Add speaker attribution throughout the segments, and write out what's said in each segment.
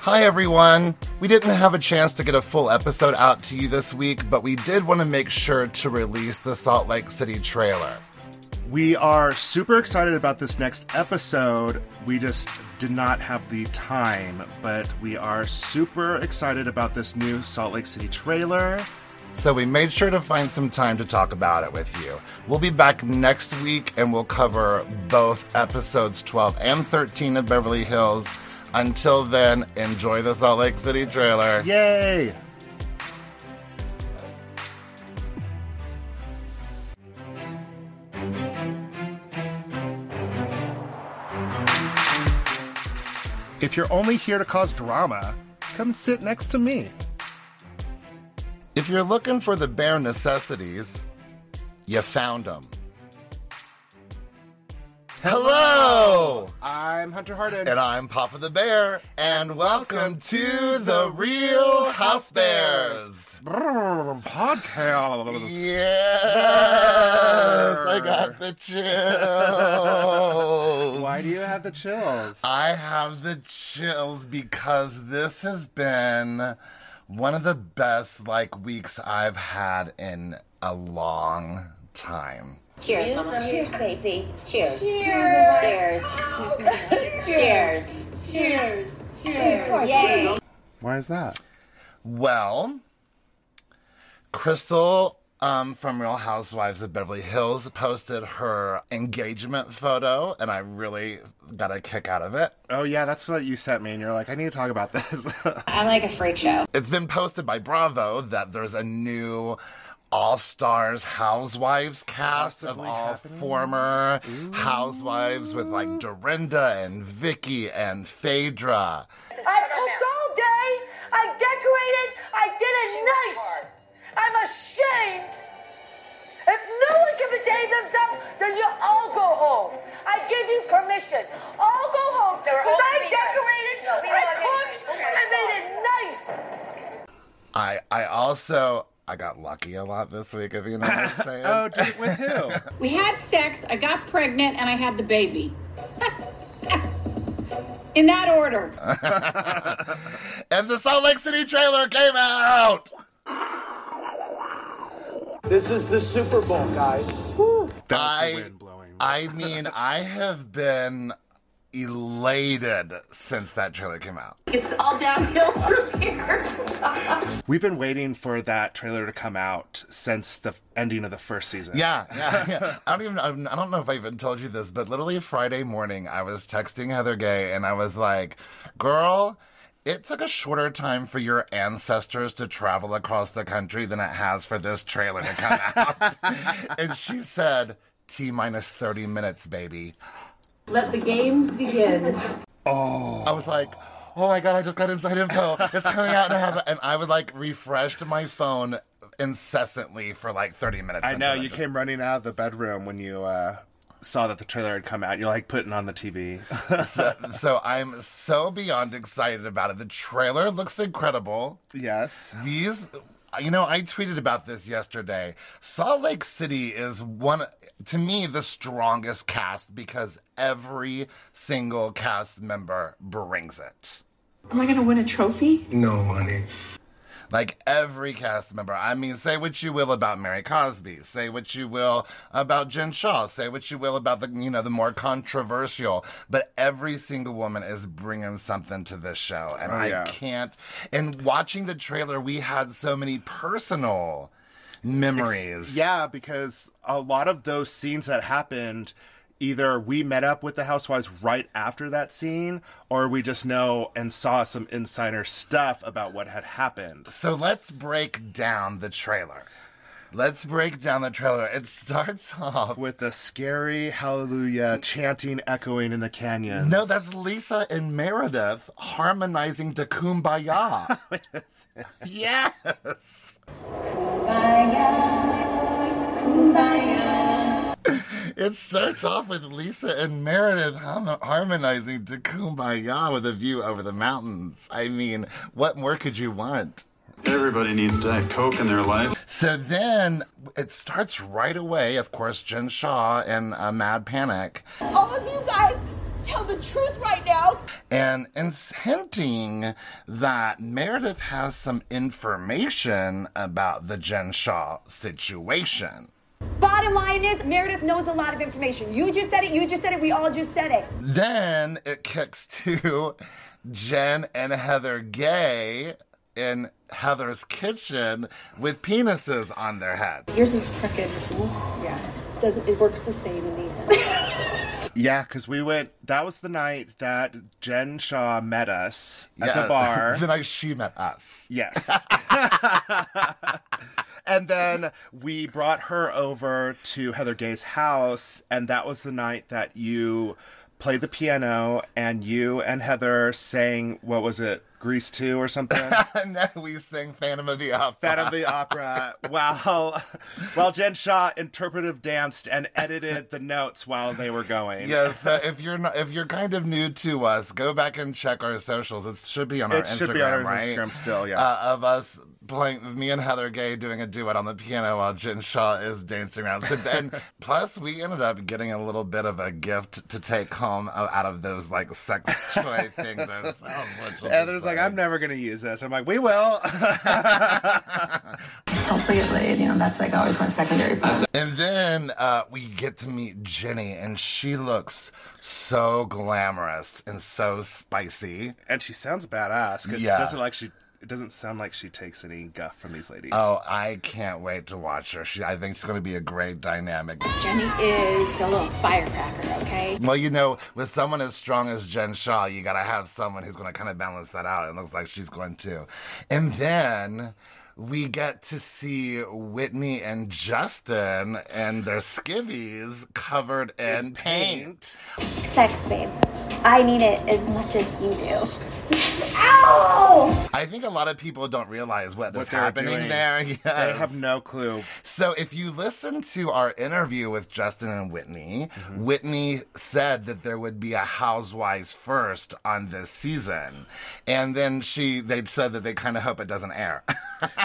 Speaker 1: Hi, everyone. We didn't have a chance to get a full episode out to you this week, but we did want to make sure to release the Salt Lake City trailer.
Speaker 2: We are super excited about this next episode. We just did not have the time, but we are super excited about this new Salt Lake City trailer.
Speaker 1: So we made sure to find some time to talk about it with you. We'll be back next week and we'll cover both episodes 12 and 13 of Beverly Hills. Until then, enjoy the Salt Lake City trailer.
Speaker 2: Yay! If you're only here to cause drama, come sit next to me.
Speaker 1: If you're looking for the bare necessities, you found them. Hello!
Speaker 2: I'm Hunter Harden.
Speaker 1: And I'm Papa the Bear, and welcome to the Real House Bears.
Speaker 2: Podcast.
Speaker 1: Yes, I got the chills.
Speaker 2: Why do you have the chills?
Speaker 1: I have the chills because this has been one of the best like weeks I've had in a long time.
Speaker 3: Cheers, Mama. Cheers, baby. Cheers.
Speaker 4: Cheers.
Speaker 3: Cheers. Cheers.
Speaker 4: Cheers.
Speaker 3: Yay.
Speaker 2: Why is that?
Speaker 1: Well, Crystal um, from Real Housewives of Beverly Hills posted her engagement photo, and I really got a kick out of it.
Speaker 2: Oh yeah, that's what you sent me, and you're like, I need to talk about this.
Speaker 4: I'm like a freak show.
Speaker 1: It's been posted by Bravo that there's a new All Stars Housewives cast of all former Housewives with like Dorinda and Vicky and Phaedra.
Speaker 5: I cooked all day. I decorated. I did it nice. I'm ashamed. If no one can behave themselves, then you all go home. I give you permission. All go home
Speaker 3: They're all
Speaker 5: because I
Speaker 3: gonna be nice.
Speaker 5: decorated.
Speaker 3: No, we Oh don't
Speaker 5: I
Speaker 3: want any- okay,
Speaker 1: I
Speaker 5: cooked. I made it nice.
Speaker 1: I also I got lucky a lot this week, if you know what I'm saying.
Speaker 2: oh, did it with who?
Speaker 4: We had sex, I got pregnant, and I had the baby. In that order.
Speaker 1: and the Salt Lake City trailer came out.
Speaker 6: This is the Super Bowl, guys.
Speaker 2: That was
Speaker 1: I-
Speaker 2: the wind blowing.
Speaker 1: I mean, I have been elated since that trailer came out.
Speaker 3: It's all downhill from here.
Speaker 2: We've been waiting for that trailer to come out since the ending of the first season.
Speaker 1: Yeah, yeah, yeah. I don't even. I'm- I don't know if I even told you this, but literally Friday morning, I was texting Heather Gay, and I was like, "Girl." It took a shorter time for your ancestors to travel across the country than it has for this trailer to come out. and she said, T minus 30 minutes, baby.
Speaker 7: Let the games begin.
Speaker 1: I was like, oh my god, I just got inside info. It's coming out and I have and I would like refreshed my phone incessantly for like 30 minutes.
Speaker 2: I know
Speaker 1: until
Speaker 2: you
Speaker 1: just-
Speaker 2: came running out of the bedroom when you uh, saw that the trailer had come out. You're like putting on the TV.
Speaker 1: So, so I'm so beyond excited about it. The trailer looks incredible.
Speaker 2: yes.
Speaker 1: These you know, I tweeted about this yesterday. Salt Lake City is one to me the strongest cast because every single cast member brings it.
Speaker 8: Am I going to win a trophy?
Speaker 6: No, honey.
Speaker 1: Like every cast member. I mean, say what you will about Mary Cosby, say what you will about Jen Shaw, say what you will about the you know the more controversial, but every single woman is bringing something to this show, and
Speaker 2: Oh,
Speaker 1: I
Speaker 2: yeah.
Speaker 1: can't. And watching the trailer, we had so many personal memories.
Speaker 2: Yeah, because a lot of those scenes that happened, either we met up with the housewives right after that scene, or we just know and saw some insider stuff about what had happened.
Speaker 1: So let's break down the trailer. Let's break down the trailer. It starts off
Speaker 2: With the scary hallelujah chanting echoing in the canyon.
Speaker 1: No, that's Lisa and Meredith harmonizing to Kumbaya. yes. It starts off with Lisa and Meredith hum- harmonizing to Kumbaya with a view over the mountains. I mean, what more could you want?
Speaker 9: Everybody needs Diet Coke in their life.
Speaker 1: So then it starts right away, of course, Jen Shaw and uh, Mad Panic.
Speaker 5: All of you guys tell the truth right now.
Speaker 1: and it's hinting that Meredith has some information about the Genshaw situation.
Speaker 10: Bottom line is, Meredith knows a lot of information. You just said it, you just said it, we all just said it.
Speaker 1: Then it kicks to Jen and Heather Gay in Heather's kitchen with penises on their head.
Speaker 8: Yours is crooked. Yeah.
Speaker 10: Says it works the same in the end.
Speaker 2: Yeah, because we went. That was the night that Jen Shaw met us at
Speaker 1: Yeah,
Speaker 2: the bar.
Speaker 1: the night she met us.
Speaker 2: yes. and then we brought her over to Heather Gay's house, and that was the night that you played the piano and you and Heather sang what was it, Grease Two or something.
Speaker 1: And then we sing Phantom of the Opera.
Speaker 2: Phantom of the Opera while while Jen Shaw interpretive danced and edited the notes while they were going.
Speaker 1: Yes, uh, if you're not, if you're kind of new to us, go back and check our socials. It should be on our
Speaker 2: It
Speaker 1: Instagram,
Speaker 2: should be on our
Speaker 1: right?
Speaker 2: Instagram still, yeah.
Speaker 1: uh, of us playing me and Heather Gay doing a duet on the piano while Jen Shaw is dancing around. So then, plus we ended up getting a little bit of a gift to take home uh, out of those like sex toy things ourselves. which was
Speaker 2: Heather's like, I'm never gonna use this. I'm like, we will.
Speaker 11: Completely, you know, that's like always my secondary focus.
Speaker 1: And then uh, we get to meet Jenny, and she looks so glamorous and so spicy.
Speaker 2: and she sounds badass because
Speaker 1: Yeah.
Speaker 2: she doesn't like she. It doesn't sound like she takes any guff from these ladies.
Speaker 1: Oh, I can't wait to watch her. She, I think it's going to be a great dynamic.
Speaker 4: Jenny is a little firecracker, okay?
Speaker 1: Well, you know, with someone as strong as Jen Shaw, you got to have someone who's going to kind of balance that out. It looks like she's going to. And then we get to see Whitney and Justin and their skivvies covered in paint.
Speaker 5: Sex, babe. I need it as much as you do. Ow!
Speaker 1: I think a lot of people don't realize what is
Speaker 2: What they're
Speaker 1: happening
Speaker 2: doing.
Speaker 1: there.
Speaker 2: They
Speaker 1: Yes.
Speaker 2: have no clue.
Speaker 1: So if you listen to our interview with Justin and Whitney,
Speaker 2: Mm-hmm.
Speaker 1: Whitney said that there would be a Housewives first on this season, and then she they said that they kind of hope it doesn't air.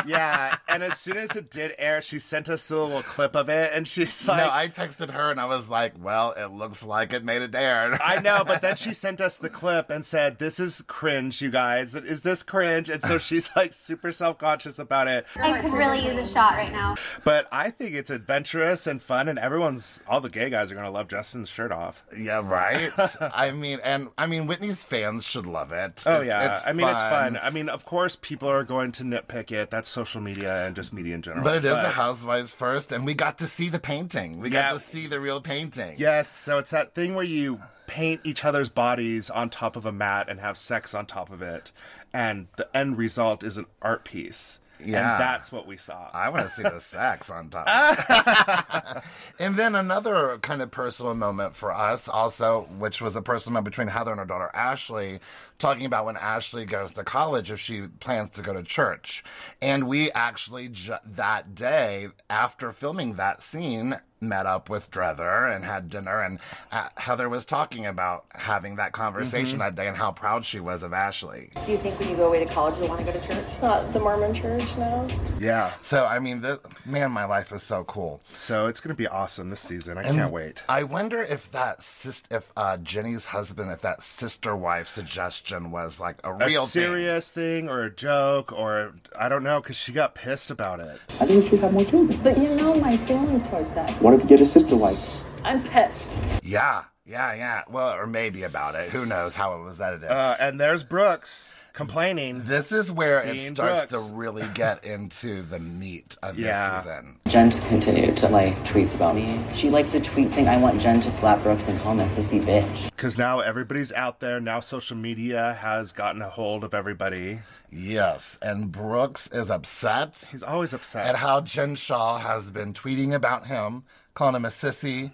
Speaker 2: Yeah, and as soon as it did air, she sent us the little clip of it, and she's like,
Speaker 1: no, I texted her and I was like, "Well, it looks like it made it air."
Speaker 2: I know, but then she sent us the clip and said, "This is cringe, you guys. Is this cringe?" And so she's like super self conscious about it.
Speaker 5: I could really use a shot right now.
Speaker 2: But I think it's adventurous and fun, and everyone's all the gay guys are gonna love Justin's shirt off.
Speaker 1: yeah, right. I mean, and I mean, Whitney's fans should love it.
Speaker 2: Oh yeah, I mean it's fun. I mean, of course, people are going to nitpick it. That's social media and just media in general.
Speaker 1: But it is a Housewives first, and we got to see the painting. We got
Speaker 2: Yeah.
Speaker 1: to see the real painting.
Speaker 2: Yes, so it's that thing where you paint each other's bodies on top of a mat and have sex on top of it, and the end result is an art piece.
Speaker 1: Yeah.
Speaker 2: and that's what we saw.
Speaker 1: I want to see the sex on top. and then another kind of personal moment for us, also, which was a personal moment between Heather and her daughter Ashley, talking about when Ashley goes to college if she plans to go to church. And we actually, ju- that day, after filming that scene, met up with Drether and had dinner. And uh, Heather was talking about having that conversation that day and how proud she was of Ashley.
Speaker 10: Do you think when you go away to college, you'll want to go to church?
Speaker 11: Not the Mormon church now.
Speaker 2: yeah,
Speaker 1: So, I mean, this, man, my life is so cool.
Speaker 2: so it's gonna be awesome this season. I can't wait.
Speaker 1: I wonder if that sis- if uh, Jenny's husband, if that sister wife suggestion was like a
Speaker 2: A
Speaker 1: real thing.
Speaker 2: serious thing or a joke or I don't know because she got pissed about it.
Speaker 11: I think we should have more children.
Speaker 10: But you know my feelings towards that.
Speaker 6: What if you get a sister wife?
Speaker 11: I'm pissed.
Speaker 1: Yeah, yeah, yeah. Well, or maybe about it. Who knows how it was edited.
Speaker 2: Uh, and there's Brooks complaining.
Speaker 1: this is where it
Speaker 2: Dean
Speaker 1: starts
Speaker 2: Brooks.
Speaker 1: to really get into the meat of
Speaker 2: Yeah.
Speaker 1: this season.
Speaker 11: Jen continued to like tweets about me. She likes to tweet saying, I want Jen to slap Brooks and call him a sissy bitch.
Speaker 2: Because now everybody's out there. Now social media has gotten a hold of everybody.
Speaker 1: Yes, and Brooks is upset
Speaker 2: He's always upset.
Speaker 1: at how Jen Shaw has been tweeting about him, calling him a sissy.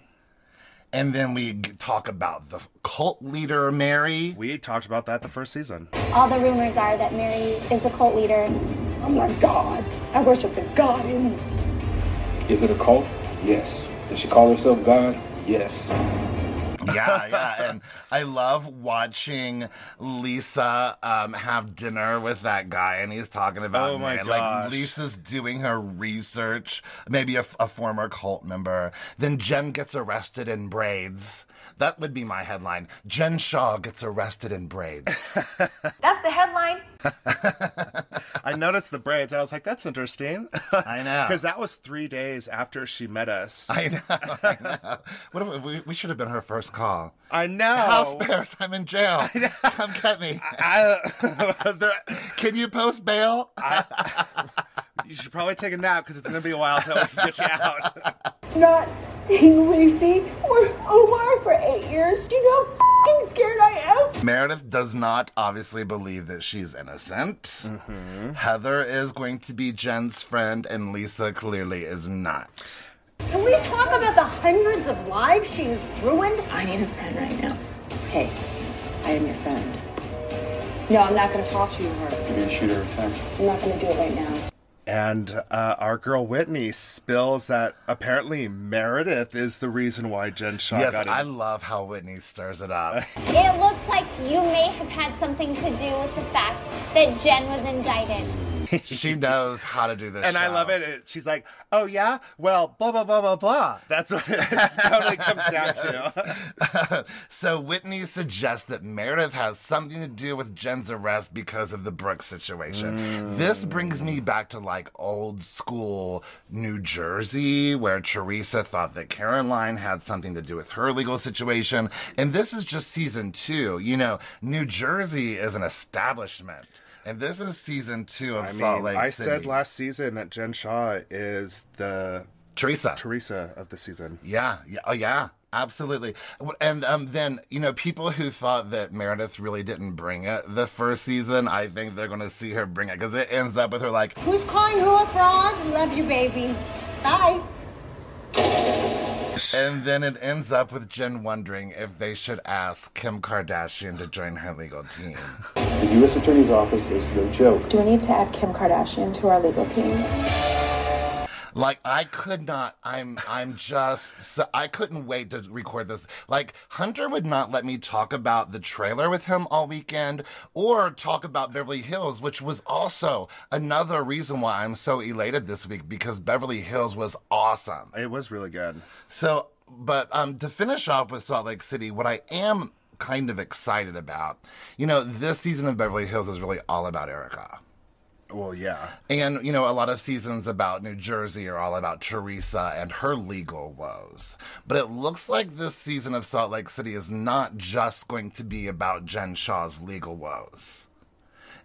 Speaker 1: And then we g- talk about the cult leader, Mary.
Speaker 2: we talked about that the first season.
Speaker 5: All the rumors are that Mary is the cult leader.
Speaker 11: I'm like, God. I worship the God in me.
Speaker 6: Is it a cult? Yes. Does she call herself God? Yes.
Speaker 1: yeah, yeah. And I love watching Lisa um, have dinner with that guy, and he's talking about
Speaker 2: Oh my
Speaker 1: Ned.
Speaker 2: gosh.
Speaker 1: like Lisa's doing her research, maybe a, a former cult member. Then Jen gets arrested in braids. That would be my headline. Jen Shaw gets arrested in braids.
Speaker 10: That's the headline.
Speaker 2: I noticed the braids. I was like, that's interesting.
Speaker 1: I know.
Speaker 2: Because that was three days after she met us.
Speaker 1: I know. I know. What if we, we should have been her first call?
Speaker 2: I know.
Speaker 1: House Bears, I'm in jail. Come get me.
Speaker 2: I, there-
Speaker 1: Can you post bail?
Speaker 2: you should probably take a nap because it's going to be a while till we can get you out.
Speaker 8: Not seeing Lucy or Omar for eight years. Do you know how fing scared I am?
Speaker 1: Meredith does not obviously believe that she's innocent.
Speaker 2: Mm-hmm.
Speaker 1: Heather is going to be Jen's friend, and Lisa clearly is not.
Speaker 5: Can we talk about the hundreds of lives she's ruined?
Speaker 8: I need a friend right now.
Speaker 11: Hey, I am your friend.
Speaker 8: No, I'm not going to talk to you, her.
Speaker 9: Maybe shoot her a text.
Speaker 8: I'm not going to do it right now.
Speaker 2: And uh, our girl Whitney spills that apparently Meredith is the reason why Jen Shaw
Speaker 1: yes,
Speaker 2: got in.
Speaker 1: I love how Whitney stirs it up.
Speaker 12: It looks like you may have had something to do with the fact that Jen was indicted.
Speaker 1: she knows how to do this.
Speaker 2: and I
Speaker 1: show.
Speaker 2: love it. it. She's like, "Oh yeah, well, blah blah blah blah blah." That's what it totally comes down to.
Speaker 1: so Whitney suggests that Meredith has something to do with Jen's arrest because of the Brooks situation. This
Speaker 2: Mm.
Speaker 1: brings me back to like old school New Jersey, where Teresa thought that Caroline had something to do with her legal situation. And this is just season two. You know, New Jersey is an establishment. And this is season two of
Speaker 2: I
Speaker 1: Salt
Speaker 2: mean,
Speaker 1: Lake
Speaker 2: I
Speaker 1: City.
Speaker 2: said last season that Jen Shaw is the
Speaker 1: Teresa.
Speaker 2: Teresa of the season.
Speaker 1: Yeah, yeah, oh, yeah, absolutely. W- And um, then you know, people who thought that Meredith really didn't bring it the first season, I think they're going to see her bring it because it ends up with her like,
Speaker 5: Who's calling who a fraud? Love you, baby. Bye.
Speaker 1: and then it ends up with Jen wondering if they should ask Kim Kardashian to join her legal team.
Speaker 9: The U.S. Attorney's Office is no joke.
Speaker 8: Do we need to add Kim Kardashian to our legal team?
Speaker 1: like I could not. I'm I'm just so, I couldn't wait to record this. Like Hunter would not let me talk about the trailer with him all weekend or talk about Beverly Hills, which was also another reason why I'm so elated this week because Beverly Hills was awesome.
Speaker 2: It was really good.
Speaker 1: So, but um, to finish off with Salt Lake City, what I am kind of excited about, you know, this season of Beverly Hills is really all about Erica.
Speaker 2: Well, yeah.
Speaker 1: And, you know, a lot of seasons about New Jersey are all about Teresa and her legal woes. But it looks like this season of Salt Lake City is not just going to be about Jen Shaw's legal woes.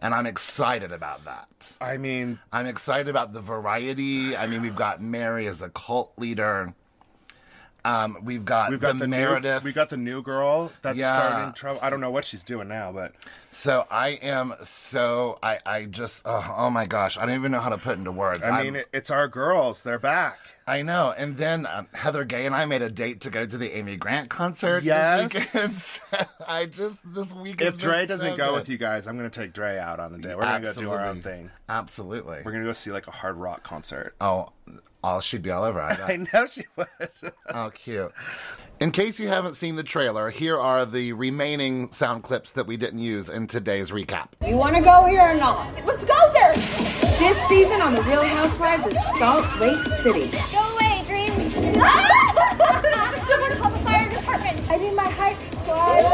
Speaker 1: And I'm excited about that.
Speaker 2: I mean,
Speaker 1: I'm excited about the variety. I mean, we've got Mary as a cult leader. Um, we've got,
Speaker 2: we've got the,
Speaker 1: the,
Speaker 2: new-
Speaker 1: Meredith.
Speaker 2: we got the new girl that's
Speaker 1: Yeah.
Speaker 2: starting trouble. I don't know what she's doing now, but
Speaker 1: so I am so, I, I just, oh, oh my gosh, I don't even know how to put into words.
Speaker 2: I
Speaker 1: I'm-
Speaker 2: mean, it, it's our girls. They're back.
Speaker 1: I know. And then um, Heather Gay and I made a date to go to the Amy Grant concert.
Speaker 2: Yes.
Speaker 1: This weekend. I just, this week has
Speaker 2: if
Speaker 1: been
Speaker 2: Dre doesn't
Speaker 1: so
Speaker 2: go
Speaker 1: good.
Speaker 2: with you guys, I'm going to take Dre out on a day. We're going to go do our own
Speaker 1: Absolutely.
Speaker 2: thing.
Speaker 1: Absolutely.
Speaker 2: We're going to go see like a hard rock concert.
Speaker 1: Oh, all she'd be all over. I
Speaker 2: I know she would.
Speaker 1: How cute. In case you haven't seen the trailer, here are the remaining sound clips that we didn't use in today's recap.
Speaker 5: You want to go here or not? Let's go there.
Speaker 8: This season on The Real Housewives of Salt Lake City.
Speaker 12: Go away, Dream. Someone call the fire department.
Speaker 8: I did my height slide.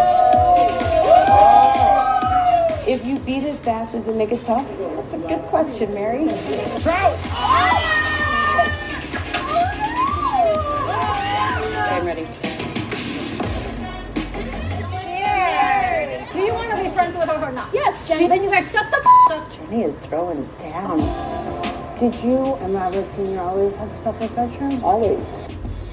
Speaker 7: If you beat it fast, does it make it tough?
Speaker 8: That's a good question, Mary.
Speaker 7: I'm ready.
Speaker 5: Do you want to be friends with her or not?
Speaker 8: Yes, Jenny.
Speaker 5: Then you guys shut the f- up.
Speaker 7: Jenny is throwing down. Did you and Robert Senior always have separate bedrooms? Always.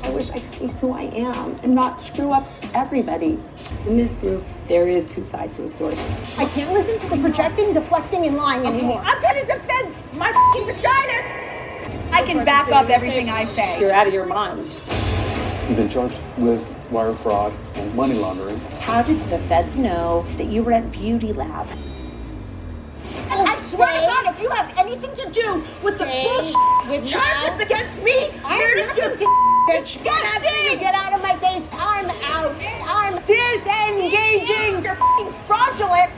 Speaker 8: I wish I could be who I am and not screw up everybody.
Speaker 7: In this group, there is two sides to a story.
Speaker 5: I can't listen to the projecting, deflecting, and lying anymore.
Speaker 8: I'm trying to defend my f***ing vagina. I can back up everything I say.
Speaker 7: You're out of your mind.
Speaker 9: You've been charged with wire fraud and money laundering.
Speaker 7: How did the feds know that you were at beauty lab?
Speaker 8: I swear to God, if you have anything to do with the
Speaker 5: Stay
Speaker 8: bullshit
Speaker 5: with
Speaker 8: charges
Speaker 5: us.
Speaker 8: against me,
Speaker 5: I
Speaker 8: Meredith,
Speaker 5: am your
Speaker 8: you're
Speaker 5: d- bitch. Get out, of here. get out of my face. I'm out. I'm
Speaker 10: fraudulent.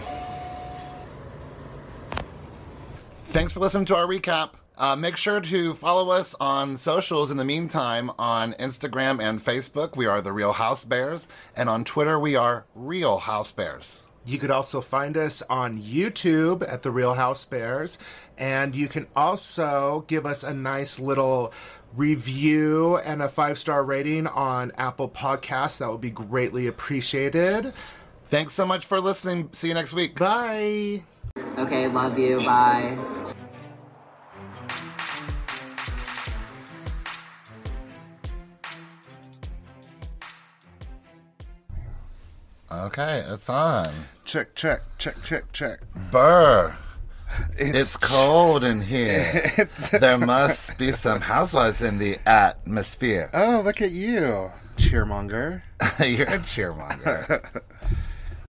Speaker 1: Thanks for listening to our recap. Uh, make sure to follow us on socials in the meantime on Instagram and Facebook. We are The Real House Bears. And on Twitter, we are Real House Bears.
Speaker 2: You could also find us on YouTube at The Real House Bears. And you can also give us a nice little review and a five star rating on Apple Podcasts. That would be greatly appreciated.
Speaker 1: Thanks so much for listening. See you next week.
Speaker 2: Bye.
Speaker 11: Okay, love you. Bye.
Speaker 1: Okay, it's on.
Speaker 2: Check, check, check, check, check.
Speaker 1: Burr. It's, cold in here. there must be some housewives in the atmosphere.
Speaker 2: Oh, look at you, cheermonger.
Speaker 1: You're a cheermonger.